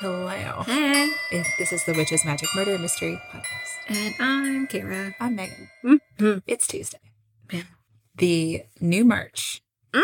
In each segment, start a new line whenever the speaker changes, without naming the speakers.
Hello.
Hey,
If this is the Witch's Magic Murder Mystery Podcast.
and I'm Kara.
I'm Megan.
Mhm.
It's Tuesday.
Yeah.
The new merch
Mm.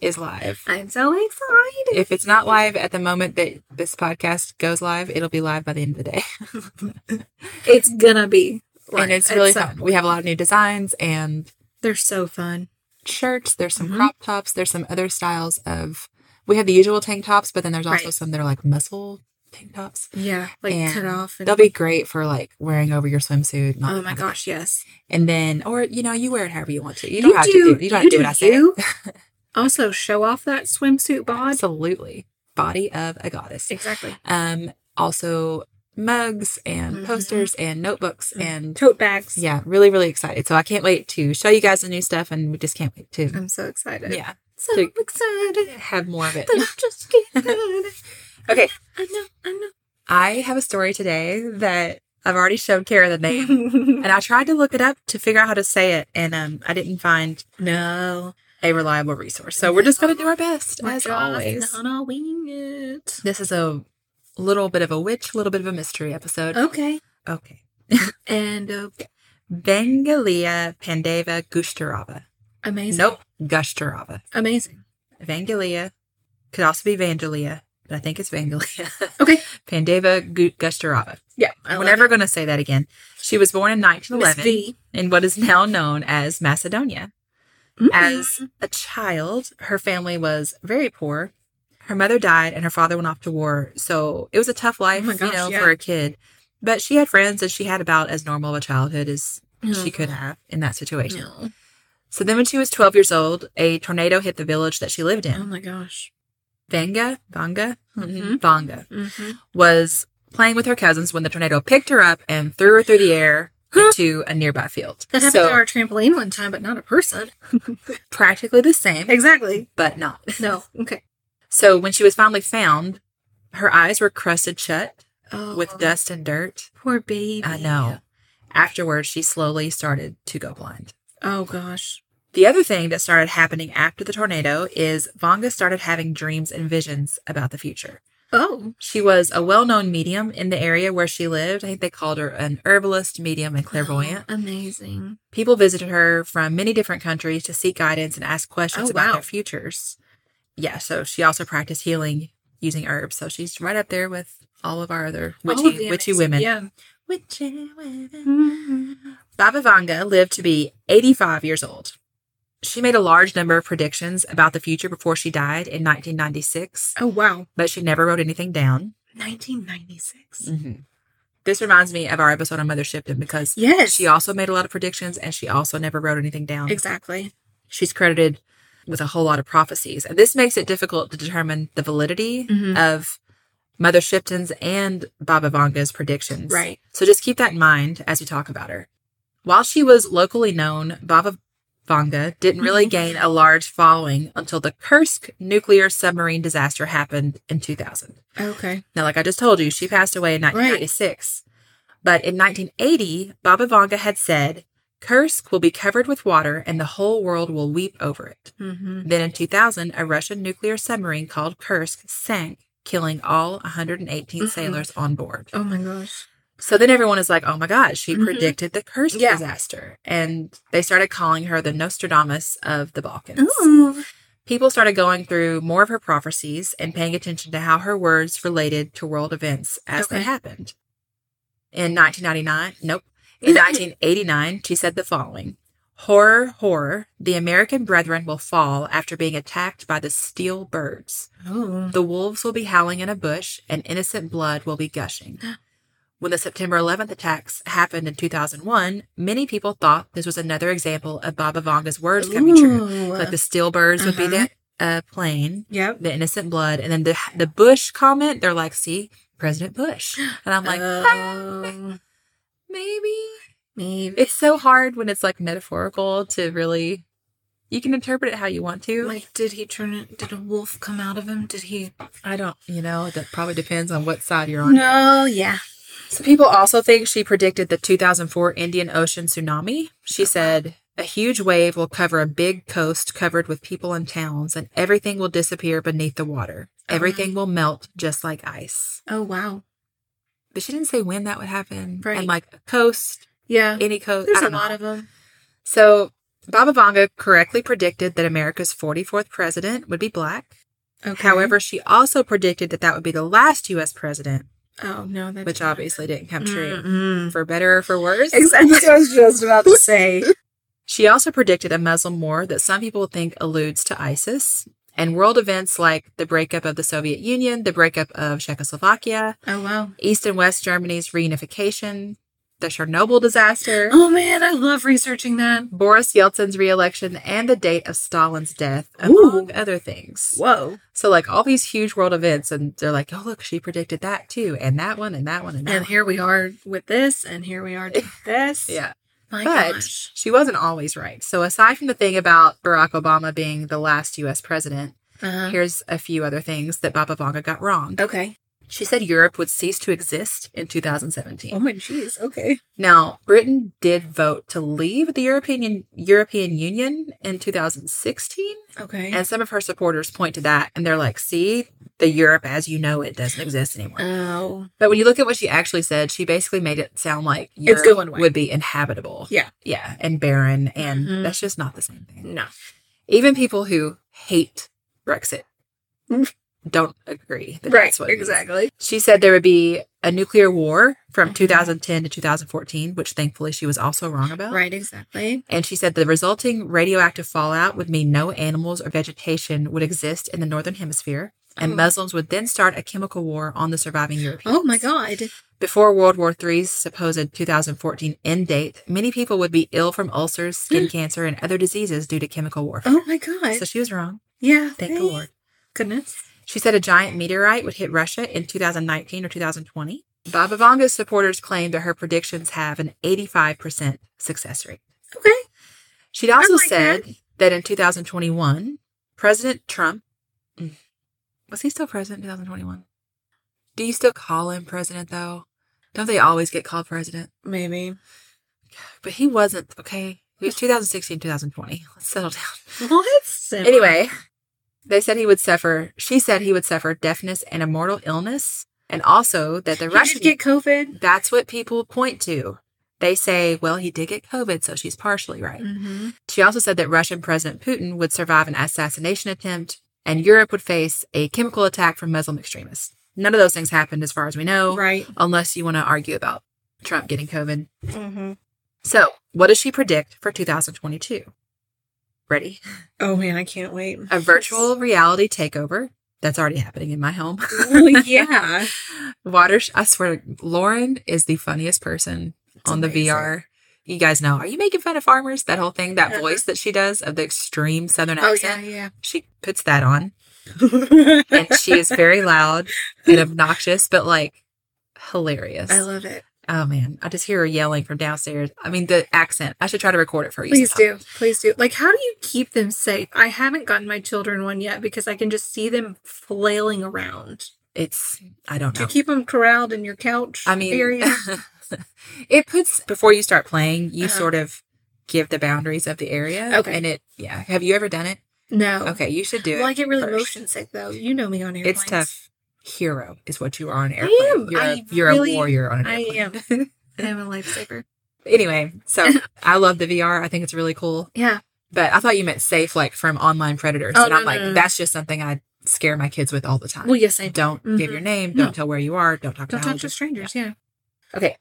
is live.
I'm so excited.
If it's not live at the moment that this podcast goes live, it'll be live by the end of the day.
It's gonna be.
and it's really
so-
fun. We have a lot of new designs and
They're so fun.
shirts. There's some
Mhm.
crop tops. There's some other styles of, we have the usual tank tops, but then there's also
Right.
some that are like muscle tank tops.
Yeah, like
And
cut off. And,
They'll be great for like wearing over your swimsuit. and all
oh
that
my
kind of
gosh, yes.
And then, or you know, you wear it however you want to. You don't have to do. You don't have to do what I say.
you. also, show off that swimsuit bod.
Absolutely, body of a goddess.
Exactly.
Um, also mugs and
Mhm.
posters and notebooks
Mhm.
and
Tote bags.
yeah, really, really excited. So I can't wait to show you guys the new stuff, and we just can't wait to
I'm so excited.
yeah
So
To-
excited.
have more of it.
That I'm just kidding.
Okay.
I know. I
I have a story today that I've already showed Kara the name,
know.
and I tried to look it up to figure out how to say it, and um, I didn't find
no.
a reliable resource. So we're just gonna do our best
We're
as
just
always.
gonna wing it.
This is a little bit of a witch, a little bit of a mystery episode.
Okay.
Okay.
And uh,
Vangelia Pandeva Gushtarava.
amazing.
Nope, Gushtarava.
Amazing.
Vangelia could also be Vangelia, but I think it's Vangelia.
Okay.
Pandeva Gu- Gushtarava.
Yeah.
We're never going to say that again. She was born in 1911
V.
in what is now known as Macedonia.
Mm-hmm.
As a child, her family was very poor. Her mother died and her father went off to war. So it was a tough life,
Oh my
you
gosh,
know,
yeah.
for a kid. But she had friends and she had about as normal a childhood as
Mm-hmm.
she could have in that situation.
No.
So then when she was 12 years old, a tornado hit the village that she lived
Oh
in.
my gosh.
Vanga, Vanga, Mm-hmm.
Mhm.
Vanga
Mm-hmm.
was playing with her cousins when the tornado picked her up and threw her through the air into a nearby field.
That happened to
So
our trampoline one time, but not a person.
practically the same,
Exactly.
but not.
No. Okay.
So when she was finally found, her eyes were crusted shut
Oh,
with dust and dirt.
Poor baby.
I know. Afterwards, she slowly started to go blind.
Oh gosh.
The other thing that started happening after the tornado is Vanga started having dreams and visions about the future.
Oh.
She was a well known medium in the area where she lived. I think they called her an herbalist, medium, and clairvoyant.
Oh, amazing.
People visited her from many different countries to seek guidance and ask questions
Oh,
about
wow.
their futures. Yeah, so she also practiced healing using herbs. So she's right up there with all of our other
All of
witchy,
the
witchy
amazing-
women.
Oh, Yeah. Mm-hmm.
Witchy women. Baba Vanga lived to be 85 years old. She made a large number of predictions about the future before she died in 1996,
Oh wow.
but she never wrote anything down.
1996.
Mm-hmm. This reminds me of our episode on Mothership and because
Yes.
she also made a lot of predictions and she also never wrote anything down.
exactly.
She's credited with a whole lot of prophecies. And this makes it difficult to determine the validity
Mhm.
of Mother Shipton's and Baba Vanga's predictions.
Right.
So just keep that in mind as we talk about her. While she was locally known, Baba Vanga didn't really
Mhm.
gain a large following until the Kursk nuclear submarine disaster happened in 2000.
Okay.
Now, like I just told you, she passed away in 1996. But in 1980, Baba Vanga had said, Kursk will be covered with water and the whole world will weep over it.
Mm-hmm.
Then in 2000, a Russian nuclear submarine called Kursk sank, killing all 118
Mhm.
sailors on board.
Oh my gosh.
So then everyone is like, oh my God, she
Mhm.
predicted the Kursk
Yeah.
disaster. And they started calling her the Nostradamus of the Balkans
Ooh.
people started going through more of her prophecies and paying attention to how her words related to world events as they
Okay.
happened. In 1999, nope, in 1989, she said the following Horror, horror, the American brethren will fall after being attacked by the steel birds.
Oh.
The wolves will be howling in a bush and innocent blood will be gushing. When the September 11th attacks happened in 2001, many people thought this was another example of Baba Vanga's words coming true
Ooh.
like the steel birds would be
Uh-huh.
the uh, plane,
Yep.
the innocent blood, and then the the Bush comment. They're like, "See, President Bush," and I'm like,
oh,
maybe
maybe
it's so hard when it's like metaphorical to really. You can interpret it how you want to.
like did he turn it? Did a wolf come out of him? Did he?
I don't, you know, that probably depends on what side you're on.
No, yeah.
So people also think she predicted the 2004 Indian Ocean tsunami. She said, A huge wave will cover a big coast covered with people and towns, and everything will disappear beneath the water.
Oh, no.
Everything will melt just like ice.
Oh wow.
But she didn't say when that would happen.
Right.
And like a coast,
Yeah.
any coast. I
There's a
don't know.
lot of them.
So Baba Vanga correctly predicted that America's 44th president would be black.
Okay.
However, she also predicted that that would be the last U.S. president,
oh no, that's Mm-hmm.
which obviously didn't come true.
Mm-mm.
For better or for worse.
Exactly. what I was just about to say.
She also predicted a Muslim war that some people think alludes to ISIS and world events like the breakup of the Soviet Union, the breakup of Czechoslovakia,
Oh wow.
East and West Germany's reunification, the Chernobyl disaster,
Oh man, I love researching that.
Boris Yeltsin's reelection, and the date of Stalin's death,
Ooh.
among other things.
Whoa.
So, like all these huge world events, and they're like, oh, look, she predicted that too, and that one, and that one, and that
And
one.
here we are with this, and here we are with this.
Yeah.
My
But-
gosh.
She wasn't always right. So, aside from the thing about Barack Obama being the last US president,
Uh-huh. Oh.
here's a few other things that Baba Vanga got wrong.
Okay.
She said Europe would cease to exist in 2017.
my jeez. Okay.
Now, Britain did vote to leave the European European Union in 2016,
Okay.
and some of her supporters point to that and they're like, "See, the Europe as you know it doesn't exist anymore."
oh.
But when you look at what she actually said, she basically made it sound like Europe
going away.
would be inhabitable.
Yeah.
Yeah, and barren and
Mhm.
that's just not the same thing.
No.
even people who hate Brexit don't agree that
Mm. Right.
that's what it means.
exactly.
She said there would be a nuclear war from
Mhm.
2010 to 2014, which thankfully she was also wrong about.
Right. Exactly.
And she said the resulting radioactive fallout would mean no animals or vegetation would exist in the northern hemisphere, and
Oh.
Muslims would then start a chemical war on the surviving Europeans.
Oh my god.
Before World War III's supposed 2014 end date, many people would be ill from ulcers, skin cancer, and other diseases due to chemical warfare.
Oh my god.
So she was wrong.
yeah.
Thank the Lord.
Goodness.
She said a giant meteorite would hit Russia in 2019 or 2020. Baba Vanga's supporters claim that her predictions have an 85% success rate.
Okay.
She'd also
like
said that. in 2021, President Trump Mm. was he still president in 2021? Do you still call him president though? Don't they always get called president?
Maybe.
But he wasn't, okay? It was 2016, 2020. Let's settle down.
What?
Anyway, they said he would suffer. She said he would suffer deafness and a mortal illness, and also that the
He
Russian.
did get COVID.
that's what people point to. They say, well, he did get COVID, so she's partially right.
Mm-hmm.
She also said that Russian President Putin would survive an assassination attempt, and Europe would face a chemical attack from Muslim extremists. None of those things happened, as far as we know,
Right.
unless you want to argue about Trump getting COVID.
Mm-hmm.
So, what does she predict for 2022? Ready?
Oh man, I can't wait.
a virtual reality takeover that's already happening in my home.
Well, Oh, yeah.
Water, sh- I swear, Lauren is the funniest person
It's
on
amazing.
the VR. You guys know, are you making fun of farmers? That whole thing, that
Uh-huh.
voice that she does of the extreme southern
Oh
accent.
yeah,
She puts that on
yeah.
and she is very loud and obnoxious, but like hilarious.
I love it.
oh man, I just hear her yelling from downstairs. I mean, the accent. I should try to record it for you.
Please
sometime.
do. Please do. Like, how do you keep them safe? I haven't gotten my children one yet because I can just see them flailing around.
It's, I don't
Do
know.
you keep them corralled in your couch
I mean,
area?
it puts before you start playing, you
Uh-huh.
sort of give the boundaries of the area.
Okay.
And it, yeah. Have you ever done it?
No.
Okay, you should do it.
Well, I get really
first.
motion sick though. You know me on airplanes.
It's tough. Hero is what you are on an
I
airplane.
am.
You're, a,
I
you're
really-
a warrior on an
I
airplane.
am.
I am.
I'm a lifesaver.
anyway, so I love the VR. I think it's really cool.
Yeah.
But I thought you meant safe, like from online predators.
Oh,
and
no,
I'm
no,
like,
no, no.
that's just something I scare my kids with all the time.
Well, yes, I do.
don't give
Mhm.
your name.
No.
Don't tell where you are. Don't talk
Don't
about
talk to strangers. Yeah.
Okay.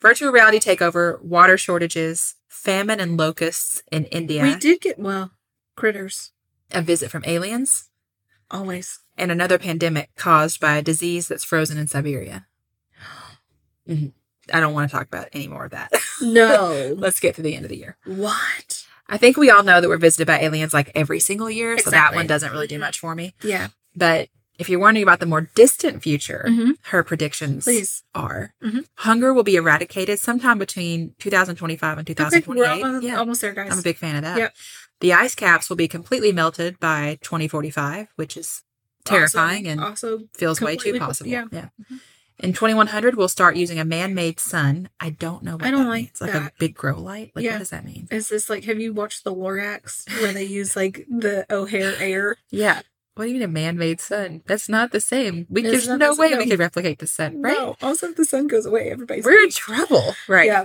Virtual reality takeover, water shortages, famine and locusts in India,
We did get well critters
a visit from aliens,
always.
and another pandemic caused by a disease that's frozen in Siberia. Mhm. I don't want to talk about any more of that.
No.
Let's get to the end of the year.
what?
I think we all know that we're visited by aliens like every single year, so that
Exactly.
one doesn't really do
Mhm.
much for me.
Yeah.
But if you're wondering about the more distant future,
Mhm.
her predictions
Please.
are
Mhm.
hunger will be eradicated sometime between 2025 and
Okay.
2028.
We're almost,
Yeah.
almost there, guys.
I'm a big fan of that.
Yep.
The ice caps will be completely melted by 2045, which is terrifying
Also-
and
also
feels way too
completely-
possible.
yeah.
yeah.
Mhm.
In 2100, we'll start using a man made sun. I don't know what
I don't
that
like
means. Like a
that.
big grow light? Like,
Yeah.
what does that mean?
Is this like have you watched the Lorax where they use like the O'Hare air?
Yeah. What do you mean a man made sun? That's not the same. We,
It's
there's
not
no
the
way
same.
we could replicate the sun, right?
No. Also, if the sun goes away, everybody's
We're in trouble. Right.
Yeah.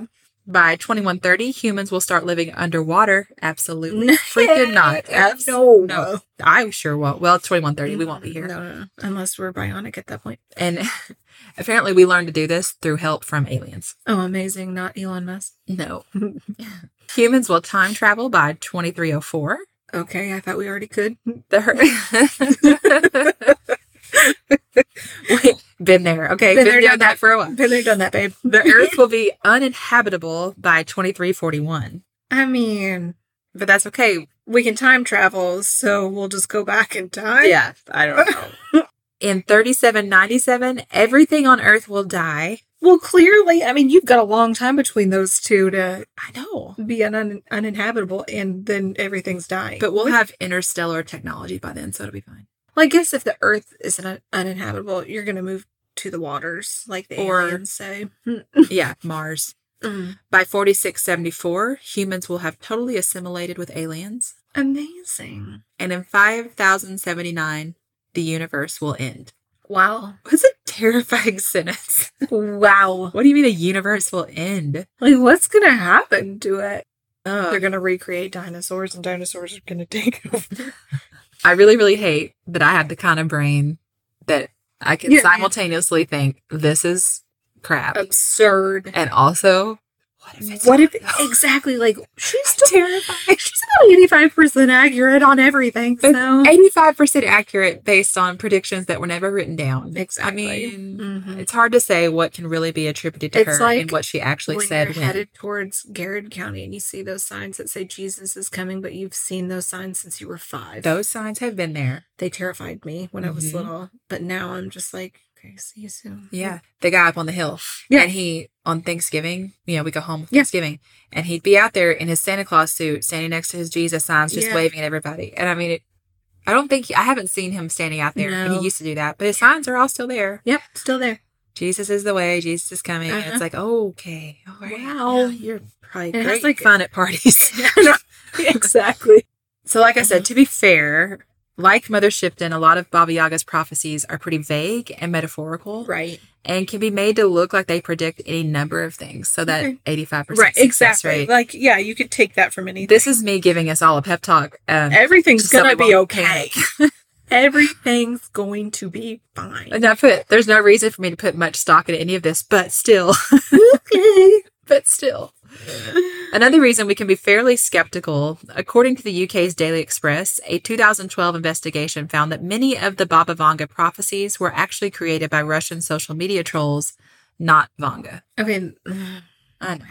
By 2130, humans will start living underwater. Absolutely. Freaking not. Abs-
No.
no. I sure won't. Well, it's 2130. We won't be here.
No, no, no. Unless we're bionic at that point.
And apparently, we learned to do this through help from aliens.
Oh, amazing. Not Elon Musk.
No. humans will time travel by 2304.
Okay, I thought we already could.
The her- Wait, been there. Okay, been,
Been there,
doing that
done that.
for a while.
Been there, done that, babe.
The Earth will be uninhabitable by 2341.
I mean,
But that's okay.
we can time travel, so we'll just go back in time.
Yeah, I don't know. In 3797, everything on Earth will die.
Well, clearly, I mean, you've got a long time between those two to
I know.
be un- un- uninhabitable, and then everything's dying.
But we'll have interstellar technology by then, so it'll be fine.
well, I guess if the Earth isn't un- uninhabitable, you're going to move to the waters, like the
Or-
aliens say.
Yeah, Mars.
Mm.
By 4674, humans will have totally assimilated with aliens.
Amazing!
And in 5079, the universe will end.
Wow!
What's a terrifying sentence?
Wow!
What do you mean a universe will end?
Like, what's going to happen to it?
Ugh.
They're going to recreate dinosaurs, and dinosaurs are going to take over.
I really, really hate that I have the kind of brain that I can
Yeah.
simultaneously think this is crap,
Absurd.
and also what if it's
What if
not, though?
exactly like she's still
terrifying?
she's about eighty five percent accurate on everything.
But
So
Eighty-five percent accurate based on predictions that were never written down. I mean,
Mhm.
it's hard to say what can really be attributed to
It's
her
like
and what she actually
when
said.
you're
when.
headed towards Garrett County and you see those signs that say Jesus is coming, but you've seen those signs since you were five.
Those signs have been there.
they terrified me when I was
Mhm.
little, but now I'm just like, okay, see you soon.
Yeah. The guy up on the hill.
Yeah.
And he, on Thanksgiving, you know, we go home with
Yeah.
Thanksgiving, and he'd be out there in his Santa Claus suit, standing next to his Jesus signs, just
Yeah.
waving at everybody. And I mean, it, I don't think, he, I haven't seen him standing out there. And
No.
he used to do that, but his signs are all still there.
Yep, still there.
Jesus is the way, Jesus is coming. And it's
Uh-huh.
like, oh, okay. All right.
Wow.
Yeah, you're probably
It has,
great
like-
fun at parties.
exactly.
So, like I said, to be fair, like Mother Shipton, a lot of Baba Yaga's prophecies are pretty vague and metaphorical
Right.
and can be made to look like they predict any number of things. So that
Okay.
85%
Right.
success
Exactly.
rate.
Like, yeah, you could take that from anything.
This is me giving us all a pep talk. Um,
Everything's
just so
gonna
we
be
won't
okay. Everything's going to be fine.
and I put, there's no reason for me to put much stock in any of this, but still,
okay.
but still. Another reason we can be fairly skeptical, according to the UK's Daily Express, a 2012 investigation found that many of the Baba Vanga prophecies were actually created by Russian social media trolls, not Vanga.
Okay.
I know.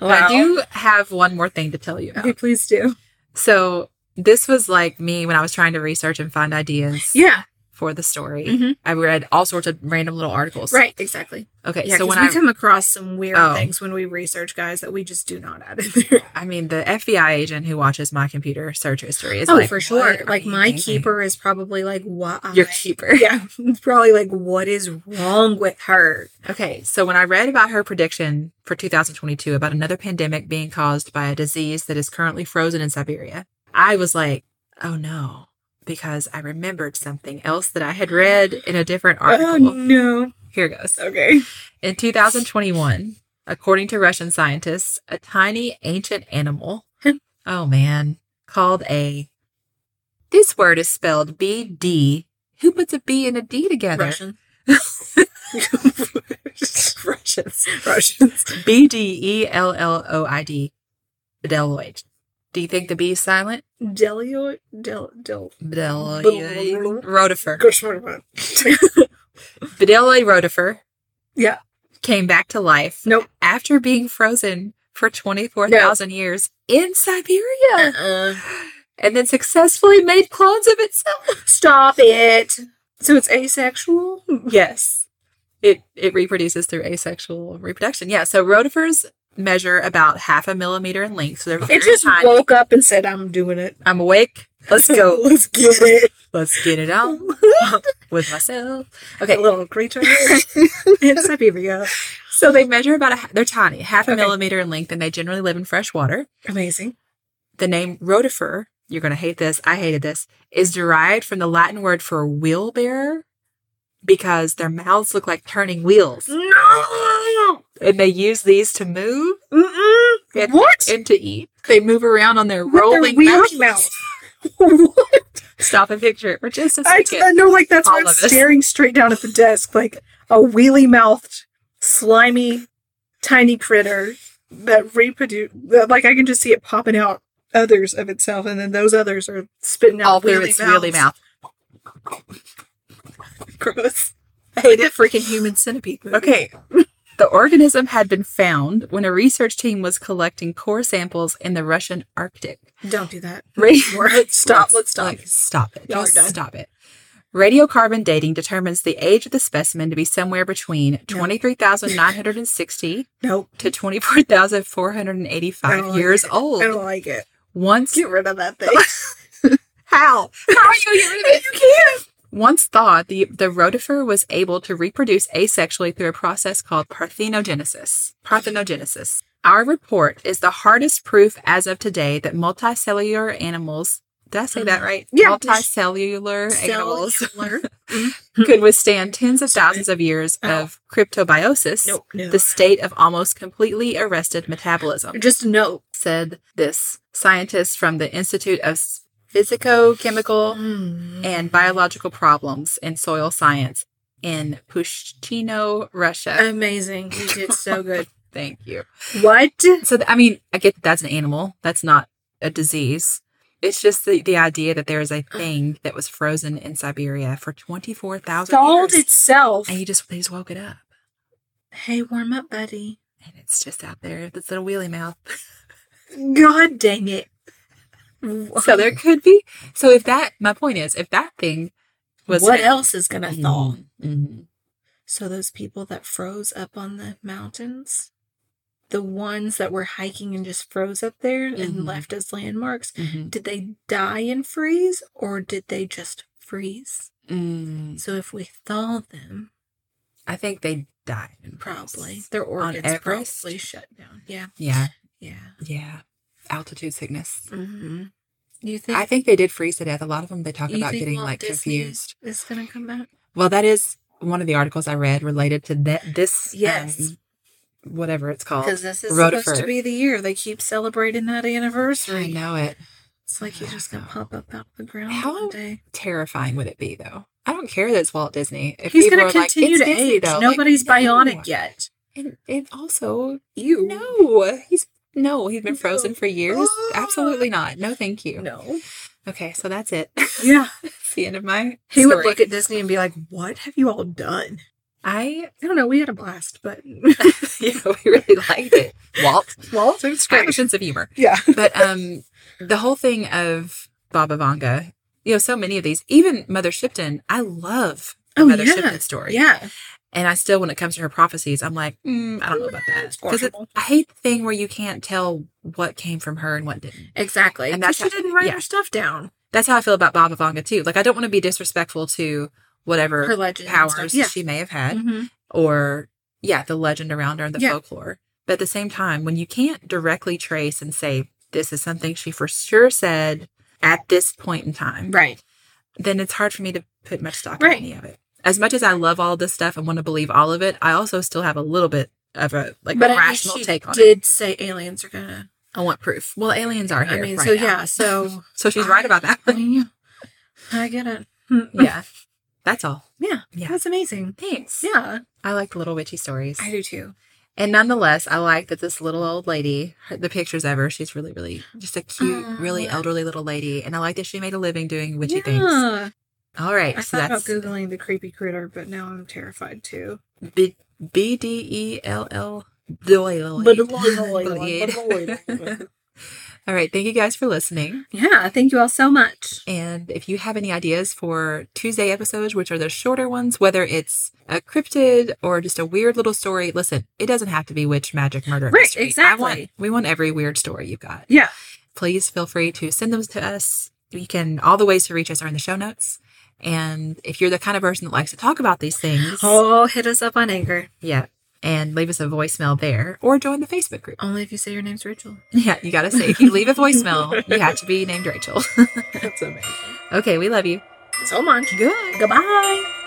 Wow.
But I do have one more thing to tell you about.
Okay, please do.
So this was like me when I was trying to research and find ideas
Yeah.
for the story.
Mhm.
I read all sorts of random little articles.
Right. Exactly.
Okay.
Yeah.
so
So
when
we
I,
come across some weird
Oh.
things when we research, guys, that we just do not add in there.
I mean, the FBI agent who watches my computer search history is
oh,
like,
for
"What
sure.
are
Like
you
my
doing?"
keeper is probably like, what?
Your keeper.
Yeah. It's probably like, what is wrong with her?
Okay. So when I read about her prediction for 2022 about another pandemic being caused by a disease that is currently frozen in Siberia, I was like, oh no, because I remembered something else that I had read in a different article.
Oh no.
Here goes.
Okay.
In 2021, according to Russian scientists, a tiny ancient animal, oh man, called a. This word is spelled B D. Who puts a B and a D together?
Russian.
Russians.
Russians.
B D E L L O I D. Bedeloid. Do you think the B is silent?
Delio. Del. Del.
Bedeloid. Rotifer.
Gosh, what about?
Bedeloid rotifer
yeah.
came back to life
Nope.
after being frozen for 24,000 years in Siberia.
Uh-uh.
and then successfully made clones of itself.
Stop it. So it's asexual?
Yes. It it reproduces through asexual reproduction. Yeah, so rotifers measure about half a millimeter in length. So they're very
It just
tiny.
woke up and said, I'm doing it.
I'm awake. Let's go.
Let's get it.
Let's get it on. with myself. Okay,
little creature. it's Siberia.
so they measure about a, they're tiny, half a
Okay.
millimeter in length, and they generally live in fresh water.
Amazing.
The name rotifer, you're going to hate this. I hated this, is derived from the Latin word for wheelbearer because their mouths look like turning wheels,
No.
and they use these to move
Mm-mm.
It-
what?
and to eat. They move around on their
With their
rolling
weird
mouths.
what?
Stop and picture it for just a
I,
second.
I know, like that's why
All
I'm
of us.
staring straight down at the desk, like a wheelie mouthed, slimy, tiny critter that reproduce. that, Like I can just see it popping out others of itself, and then those others are spitting out
all through
wheelie
its
mouths.
wheelie mouth.
Gross. I hate it. Freaking human centipede. movie.
Okay. The organism had been found when a research team was collecting core samples in the Russian Arctic.
don't do that.
Ra-
Let's stop. Let's stop.
Like, stop it.
Y'all are
Just
done.
stop it. Radiocarbon dating determines the age of the specimen to be somewhere between 23,960
nope.
to 24,485
like
years
it. I
old.
don't like it.
Once
Get rid of that thing.
how? How are you going to get rid of it?
you can't.
Once thawed, the, the rotifer was able to reproduce asexually through a process called parthenogenesis. Parthenogenesis. Our report is the hardest proof as of today that multicellular animals, did I say that right?
Mm-hmm. Yeah.
Multicellular animals
Cellular. Mm-hmm.
could withstand tens of
Sorry.
thousands of years
Ow.
of cryptobiosis,
Nope. No.
the state of almost completely arrested metabolism
Just no.
said this scientist from the Institute of Physicochemical
Hmm.
and Biological Problems in Soil Science in Pushchino, Russia.
Amazing. Oh, You did so good.
Thank you.
What?
So, th- I mean, I get that that's an animal, that's not a disease. It's just the, the idea that there is a thing that was frozen in Siberia for 24,000
Stalled
years.
itself.
And you just, they just woke it up.
Hey, warm up, buddy.
And it's just out there, with its little wheelie mouth.
God dang it.
So there could be. So if that, my point is, if that thing was Mm.
what else is gonna thaw?
Mhm.
So those people that froze up on the mountains, the ones that were hiking and just froze up there
Mhm.
and left as landmarks,
Mhm.
did they die and freeze, or did they just freeze?
Mm.
So if we thaw them,
I think they died. in
probably
France.
their organs
Everest?
probably shut down. Yeah,
Yeah.
yeah.
Yeah. Altitude sickness.
Mm-hmm. You think
I think they did freeze to death. A lot of them they talk
you
about
think
getting
Walt
like
Disney
confused.
Is gonna come back.
Well, that is one of the articles I read related to that. This,
Yes.
um, whatever it's called.
Because this is supposed
Rotifer.
to be the year they keep celebrating that
I
anniversary.
know it.
It's like he's just gonna pop up out of the ground
How-
one day.
Terrifying would it be though? I don't care that it's Walt Disney. If
He's
people
gonna
are like,
continue
"It's
to
Disney,
age.
though," like,
Nobody's
no.
bionic yet.
And, and also,
You
no, he's no, he's been
No.
frozen for years.
Ah.
Absolutely not. No, thank you.
no.
Okay, so that's it.
Yeah,
It's the end of my.
he
story.
would look at Disney and be like, "What have you all done?"
I
I don't know. We had a blast, but
yeah, we really liked it. Walt,
well, it's
I have a sense of humor,
Yeah,
but um, the whole thing of Baba Vanga, you know, so many of these, even Mother Shipton, I love the
Oh,
Mother
yeah.
Shipton story,
yeah.
and I still, when it comes to her prophecies, I'm like, mm, I don't know about that
It's
because
questionable.
I hate the thing where you can't tell what came from her and what didn't.
Exactly.
And
And
that's
she
how-
didn't write
yeah.
her stuff down.
That's how I feel about Baba Vanga too. Like, I don't want to be disrespectful to whatever
Her legend. and stuff.
powers
Yeah.
she may have had.
Mhm.
or yeah, the legend around her and the
Yeah.
folklore. But at the same time, when you can't directly trace and say this is something she for sure said at this point in time,
Right.
then it's hard for me to put much stock
Right.
in any of it. As much as I love all this stuff and want to believe all of it, I also still have a little bit of a like
but
rational
I mean, she
take on it.
did say aliens are gonna.
I want proof. Well, aliens are
I
here.
mean,
right
so
now.
yeah. So
So she's right about that.
I, mean, I get it.
yeah. That's all.
Yeah.
Yeah.
That's amazing.
Thanks.
Yeah.
I like little witchy stories.
do too.
And nonetheless, I like that this little old lady, her, the pictures of her, she's really, really just a cute,
Aw.
really elderly little lady. And I like that she made a living doing witchy
Uh, yeah.
things. All right.
I
so
thought about
that's
googling the creepy critter, but now I'm terrified too.
B- E B-D-E-L-L Doyle.
Bedeloid.
All right. Thank you guys for listening.
yeah, thank you all so much.
And if you have any ideas for Tuesday episodes, which are the shorter ones, whether it's a cryptid or just a weird little story, listen, it doesn't have to be witch, magic, murder. and
Right,
mystery. I
exactly.
want- we want every weird story you've got.
Yeah.
Please feel free to send them to us. You can all the ways to reach us are in the show notes. And if you're the kind of person that likes to talk about these things,
Oh, hit us up on Anchor.
yeah, and leave us a voicemail there or join the Facebook group.
Only if you say your name's Rachel.
Yeah, you got to say, if you leave a voicemail, you have to be named Rachel.
That's amazing.
okay, we love you.
So much.
Good.
Goodbye.